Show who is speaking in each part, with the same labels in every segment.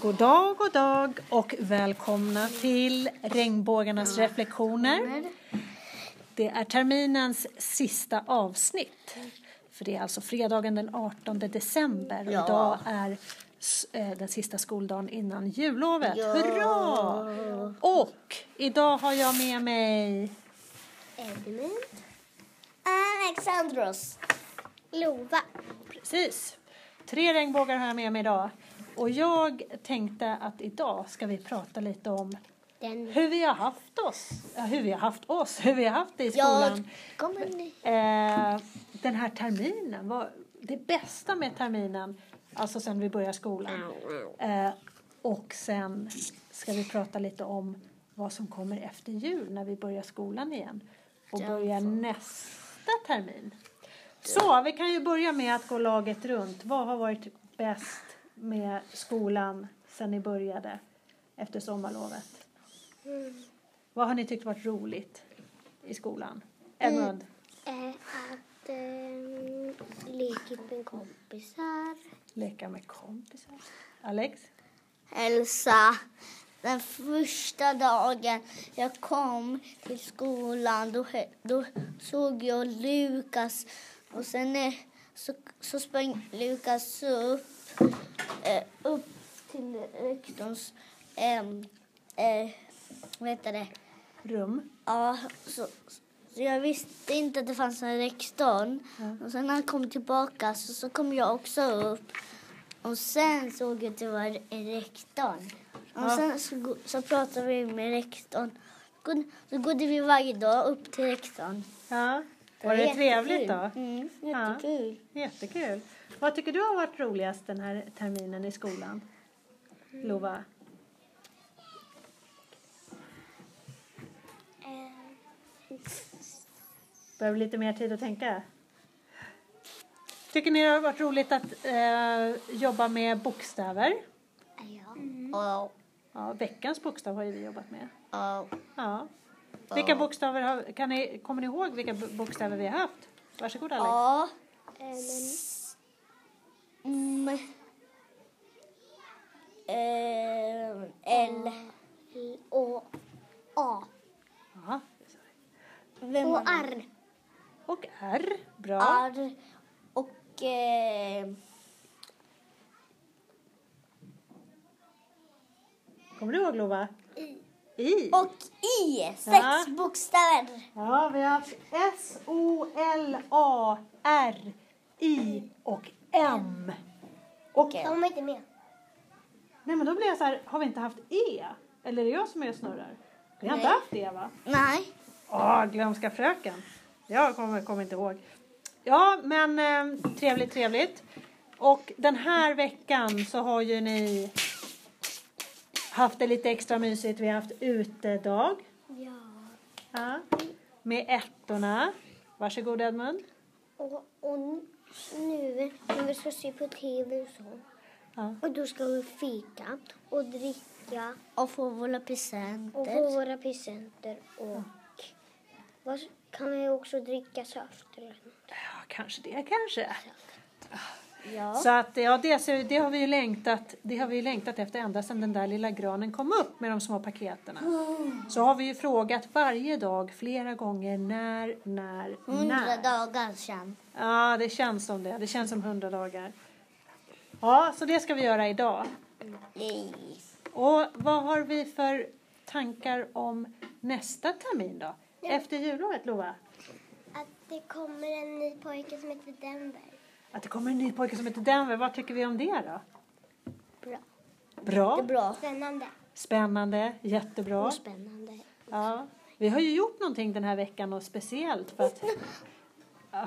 Speaker 1: God dag, god dag och välkomna till Regnbågarnas reflektioner. Det är terminens sista avsnitt. För det är alltså fredagen den 18 december och
Speaker 2: Ja.
Speaker 1: idag är s- eh, den sista skoldagen innan jullovet.
Speaker 2: Ja.
Speaker 1: Hurra! Och idag har jag med mig
Speaker 2: Edmund. Alexandros. Lova.
Speaker 1: Precis. Tre regnbågar har jag med mig idag. Och jag tänkte att idag ska vi prata lite om
Speaker 2: Den.
Speaker 1: hur vi har haft oss. Ja, hur vi har haft oss, hur vi har haft det i skolan.
Speaker 2: Jag kommer nu.
Speaker 1: Eh, den här terminen, vad, det bästa med terminen, alltså sen vi börjar skolan. Eh, och sen ska vi prata lite om vad som kommer efter jul när vi börjar skolan igen. Och börjar nästa termin. Så, vi kan ju börja med att gå laget runt. Vad har varit bäst med skolan sen ni började efter sommarlovet? Vad har ni tyckt varit roligt i skolan? Edmund?
Speaker 2: Eh, att eh, leka med kompisar.
Speaker 1: Leka med kompisar. Alex?
Speaker 2: Elsa. Den första dagen jag kom till skolan då, hö- då såg jag Lukas och sen eh, så, så sprang Lukas upp, eh, upp till rektorns eh, eh, vad heter det?
Speaker 1: Rum?
Speaker 2: Ja, så, så jag visste inte att det fanns en rektorn. Och sen när han kom tillbaka så, så kom jag också upp. Och sen såg jag att det var en rektorn. Och
Speaker 1: Ja.
Speaker 2: sen så, go- så pratade vi med rektorn. Gå- Så gådde vi varje dag upp till rektorn.
Speaker 1: Ja. Var det trevligt då?
Speaker 2: Mm,
Speaker 1: Ja.
Speaker 2: jättekul.
Speaker 1: Jättekul. Vad tycker du har varit roligast den här terminen i skolan? Lova? Behöver lite mer tid att tänka? Tycker ni det har varit roligt att eh, jobba med bokstäver?
Speaker 2: Ja. Ja.
Speaker 1: Ja, veckans bokstav har ju vi jobbat med.
Speaker 2: Ja.
Speaker 1: Ja. Vilka bokstäver har, kan ni, kommer ni ihåg vilka bo- bokstäver vi har haft? Varsågod Alex.
Speaker 2: Ja. Mm. Eh, L. O. A.
Speaker 1: Ja.
Speaker 2: Vem
Speaker 3: Och
Speaker 2: var det?
Speaker 3: R.
Speaker 1: Och R. Bra.
Speaker 2: R och... Eh,
Speaker 1: Kommer du ihåg Lova? I. I.
Speaker 2: och I. Sex
Speaker 1: Ja.
Speaker 2: bokstäver.
Speaker 1: Ja, vi har haft S, O, L, A, R, I och M. Och,
Speaker 2: Okej.
Speaker 3: De är inte med.
Speaker 1: Nej, men då blir jag så här, har vi inte haft E? Eller är det jag som är och snurrar? Vi har inte
Speaker 2: Nej.
Speaker 1: haft E, va?
Speaker 2: Nej.
Speaker 1: Åh, glömska fröken. Jag kommer, kommer inte ihåg. Ja, men eh, trevligt, trevligt. Och den här veckan så har ju ni haft det lite extra mysigt. Vi har haft utedag.
Speaker 3: Ja.
Speaker 1: Ja. Med ettorna. Varsågod Edmund.
Speaker 3: Och, och nu när vi ska se på tv och så.
Speaker 1: Ja.
Speaker 3: Och då ska vi fika och dricka
Speaker 2: Och få våra
Speaker 3: och få
Speaker 2: presenter.
Speaker 3: våra presenter. Och vad s- kan vi också dricka saft eller något?
Speaker 1: Ja, kanske det, kanske.
Speaker 2: Ja.
Speaker 1: Så att, ja, det, ser- det har vi ju längtat, det har vi ju längtat efter ända sedan den där lilla granen kom upp med de små paketerna.
Speaker 2: Mm.
Speaker 1: Så har vi ju frågat varje dag flera gånger när, när,
Speaker 2: Hundra
Speaker 1: när.
Speaker 2: dagar sedan.
Speaker 1: Ja, det känns som det. Det känns som hundra dagar. Ja, så det ska vi göra idag.
Speaker 2: Nej.
Speaker 1: Och vad har vi för tankar om nästa termin då? Efter jullovet, Lova?
Speaker 3: Att det kommer en ny pojke som heter Denver.
Speaker 1: Att det kommer en ny pojke som heter Denver, vad tycker vi om det då?
Speaker 3: Bra.
Speaker 2: Det
Speaker 1: Bra,
Speaker 2: är bra.
Speaker 3: Spännande.
Speaker 1: spännande, jättebra.
Speaker 3: Och spännande.
Speaker 1: Ja, vi har ju gjort någonting den här veckan och speciellt för att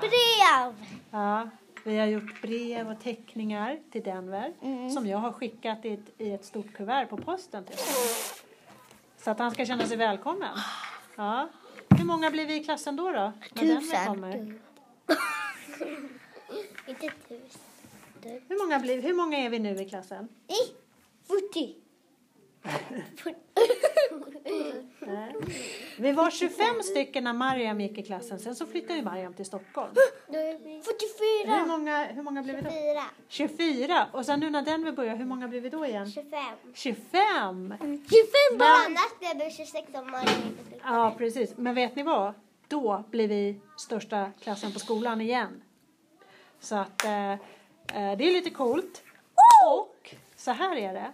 Speaker 2: Brev!
Speaker 1: ja, vi har gjort brev och teckningar till Denver som jag har skickat i ett, i ett stort kuvert på posten till honom. Så att han ska känna sig välkommen. Ja. Hur många blir vi i klassen då? då när Denver
Speaker 2: Tusen.
Speaker 1: kommer?
Speaker 3: Inte tusen.
Speaker 1: Hur, många blir, hur många är vi nu i klassen?
Speaker 3: Nej! 40.
Speaker 1: Nej. Vi var 25 stycken när Mariam gick i klassen. Sen så flyttade ju Mariam till Stockholm.
Speaker 3: Då är vi... Mm.
Speaker 1: Hur
Speaker 2: 44!
Speaker 1: många, hur många blev vi då?
Speaker 2: 4.
Speaker 1: 24. Och sen nu när den vill börja, hur många blir vi då igen?
Speaker 3: 25.
Speaker 1: 25!
Speaker 2: 25
Speaker 3: Bland
Speaker 2: barn!
Speaker 3: annat blev vi 26 om morgonen.
Speaker 1: Ja, precis. Men vet ni vad? Då blir vi största klassen på skolan igen. Så att eh, eh, det är lite coolt. Och så här är det.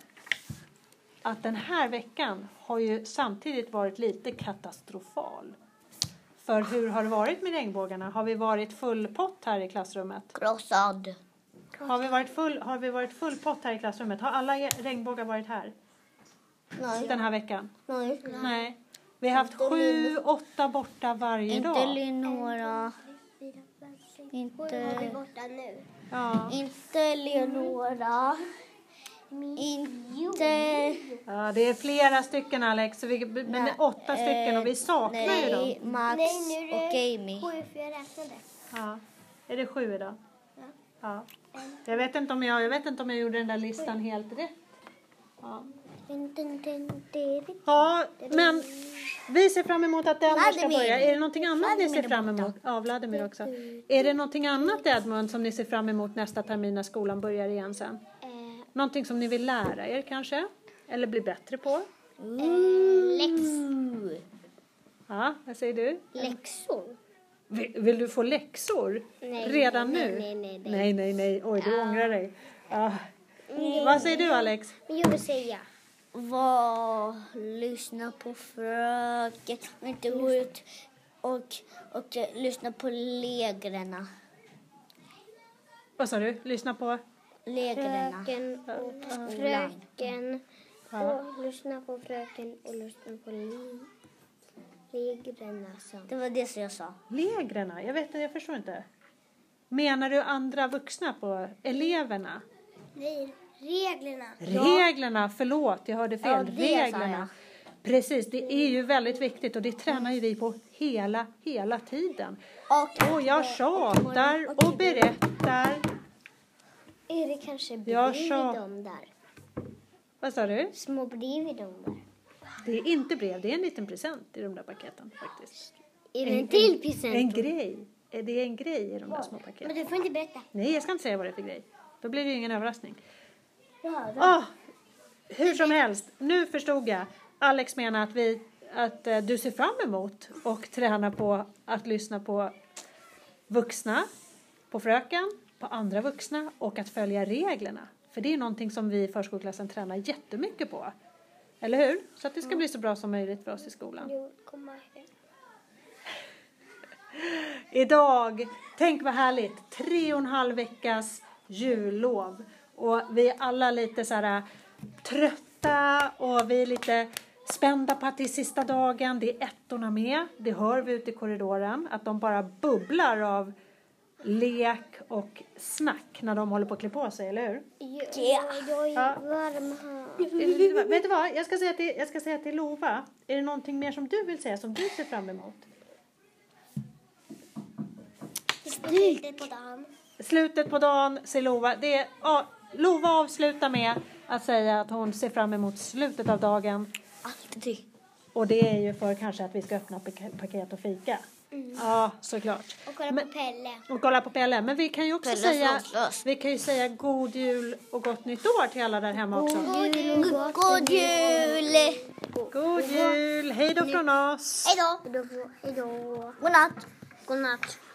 Speaker 1: Att den här veckan har ju samtidigt varit lite katastrofal. För hur har det varit med regnbågarna? Har vi varit full pott här i klassrummet?
Speaker 2: Krossad.
Speaker 1: Har vi varit full, har vi varit full pott här i klassrummet? Har alla er- regnbågar varit här
Speaker 2: Nej.
Speaker 1: den här veckan?
Speaker 2: Nej.
Speaker 1: Nej. Vi har haft sju, åtta borta varje
Speaker 2: Inte
Speaker 1: dag.
Speaker 2: Leonora.
Speaker 3: Hur är vi
Speaker 2: Inte,
Speaker 3: borta nu?
Speaker 1: Ja.
Speaker 2: inte Leonora. Inte...
Speaker 1: ja, det är flera stycken Alex, så vi, men
Speaker 2: Nej,
Speaker 1: åtta stycken och vi saknar ju
Speaker 2: Eh, Nej,
Speaker 1: dem.
Speaker 2: Max
Speaker 3: Nej, nu är
Speaker 2: och
Speaker 3: det
Speaker 2: Amy.
Speaker 3: Sju, för jag räknade.
Speaker 1: Ja. Är det sju idag?
Speaker 3: Ja.
Speaker 1: Ja. Jag vet inte om jag, jag, vet inte om jag gjorde den där listan helt rätt. Ja.
Speaker 3: Dun, dun, dun, dun, dun.
Speaker 1: ja, men vi ser fram emot att Edmund ska
Speaker 2: Vladimir.
Speaker 1: börja. Är det någonting annat ni ser
Speaker 2: Vladimir är
Speaker 1: fram emot? Ja, Vladimir också. Är det någonting annat Edmund som ni ser fram emot nästa termin när skolan börjar igen sen?
Speaker 3: Eh,
Speaker 1: Någonting som ni vill lära er kanske? Eller bli bättre på?
Speaker 2: Lex.
Speaker 1: Ja, vad säger du?
Speaker 3: Läxor?
Speaker 1: Vill, vill du få läxor?
Speaker 3: Nej,
Speaker 1: Redan
Speaker 3: nej,
Speaker 1: nu?
Speaker 3: nej, nej, nej.
Speaker 1: nej, nej, nej. Oj, du ångrar dig. Ja. Vad säger du, Alex?
Speaker 3: Men jag vill säga.
Speaker 2: Var, lyssna på fröken, inte gå ut och, och eh, lyssna på legrena.
Speaker 1: Vad sa du? Lyssna på...
Speaker 2: Legrena.
Speaker 3: Fröken och fröken. Och lyssna på fröken och lyssna på li- legrena. som-
Speaker 2: Det var det som jag sa.
Speaker 1: Lägrena? Jag vet inte, jag förstår inte. Menar du andra vuxna på eleverna?
Speaker 3: Nej, reglerna.
Speaker 1: Reglerna, förlåt, jag hörde fel.
Speaker 2: Ja, det sa
Speaker 1: Reglerna. Precis, det är ju väldigt viktigt och det tränar ju vi på hela, hela tiden.
Speaker 2: Och,
Speaker 1: Och jag tjatar och berättar.
Speaker 3: Är det kanske
Speaker 1: Jag
Speaker 3: bredvid
Speaker 1: sa-
Speaker 3: dem där?
Speaker 1: Vad sa du?
Speaker 3: Små bredvid dem där?
Speaker 1: Det är inte brev, det är en liten present i de där paketen faktiskt.
Speaker 3: Är det en till present?
Speaker 1: En grej. Eh, Det är en grej i de där små
Speaker 3: Men
Speaker 1: paketen.
Speaker 3: du får inte berätta.
Speaker 1: Nej, jag ska inte säga vad det är för grej. Då blir det ju ingen överraskning.
Speaker 3: Ja,
Speaker 1: Ah, hur som helst, nu förstod jag. Alex menar att, vi, att eh, du ser fram emot och tränar på att lyssna på vuxna, på fröken, på andra vuxna och att följa reglerna. För det är någonting som vi i förskoleklassen tränar jättemycket på. Eller hur? Så att det ska bli så bra som möjligt för oss i skolan.
Speaker 3: Jo, komma ihåg.
Speaker 1: Idag, tänk vad härligt, tre och en halv veckas jullov. Och vi är alla lite så här äh, trötta och vi är lite spända på att det är sista dagen. Det är ettorna med, det hör vi ute i korridoren, att de bara bubblar av lek och snack när de håller på att klä på sig, eller hur?
Speaker 3: Jo,
Speaker 2: Ja.
Speaker 3: Jag
Speaker 1: Ja.
Speaker 3: är varm här.
Speaker 1: Är det lite- Vet du vad, jag ska säga till, jag ska säga till Lova, är det någonting mer som du vill säga som du ser fram emot?
Speaker 3: Stryk! på dagen.
Speaker 1: slutet på dagen ser Lova... Det är, ja, Lova avslutar med att säga att hon ser fram emot slutet av dagen.
Speaker 2: Alltid.
Speaker 1: Och det är ju för kanske att vi ska öppna pak- paket och fika. Ja, såklart.
Speaker 3: Mm. Och kolla
Speaker 1: Men-
Speaker 3: på Pelle.
Speaker 1: Och kolla på Pelle. Men vi kan ju också
Speaker 2: Pelle
Speaker 1: säga...
Speaker 2: slåss.
Speaker 1: Vi kan ju säga god jul och gott nytt år till alla där hemma också.
Speaker 3: God jul!
Speaker 2: God jul!
Speaker 3: Oh.
Speaker 1: God jul! Hej då från oss!
Speaker 3: Hej då! Hej då!
Speaker 2: Godnatt!
Speaker 3: Godnatt.